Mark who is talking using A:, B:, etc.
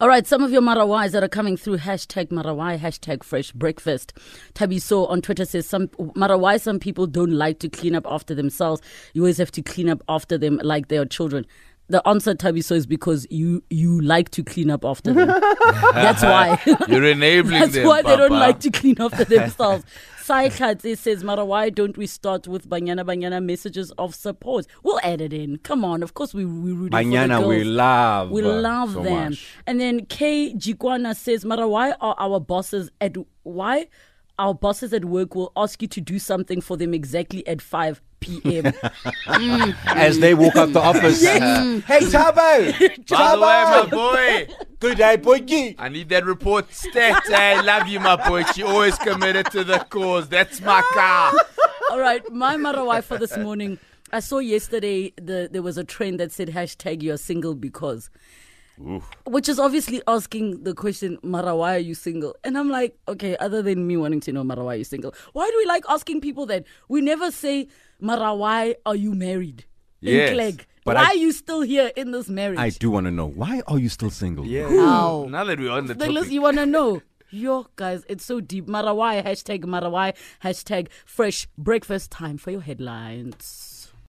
A: All right, some of your marawais that are coming through hashtag marawai, hashtag fresh breakfast. Tabiso on Twitter says some marawai, some people don't like to clean up after themselves. You always have to clean up after them like they are children. The answer, Tabiso, is because you you like to clean up after them. That's why.
B: You're enabling
A: That's
B: them,
A: why they don't
B: Papa.
A: like to clean after themselves. Sai Khatsi says, Mara, why don't we start with Banyana Banyana messages of support? We'll add it in. Come on. Of course, we, we root for the
C: Banyana,
A: girls.
C: we love.
A: We
C: uh,
A: love
C: so
A: them.
C: much.
A: And then K Jikwana says, Mara, why are our bosses at why our bosses at work will ask you to do something for them exactly at 5 p.m.
C: As they walk out the office. Hey, Tabo!
B: By the way, my
C: Tabo!
B: boy,
C: Good day, boy.
B: I need that report stat. I love you, my boy. She always committed to the cause. That's my car.
A: All right, my Marawai for this morning. I saw yesterday the there was a trend that said hashtag you're single because. Which is obviously asking the question, Mara, why are you single? And I'm like, okay, other than me wanting to know, Mara, why are you single? Why do we like asking people that? We never say, Mara, why are you married? In
B: Yes,
A: Clegg.
C: but
A: why
C: I-
A: are you still here in this marriage?
C: I do want to know why are you still single?
B: Yeah.
A: Wow.
B: Now that we're on the
A: The list
B: topic,
A: you want to know. Yo, guys, it's so deep. Marawai, hashtag Marawai, hashtag fresh breakfast time for your headlines.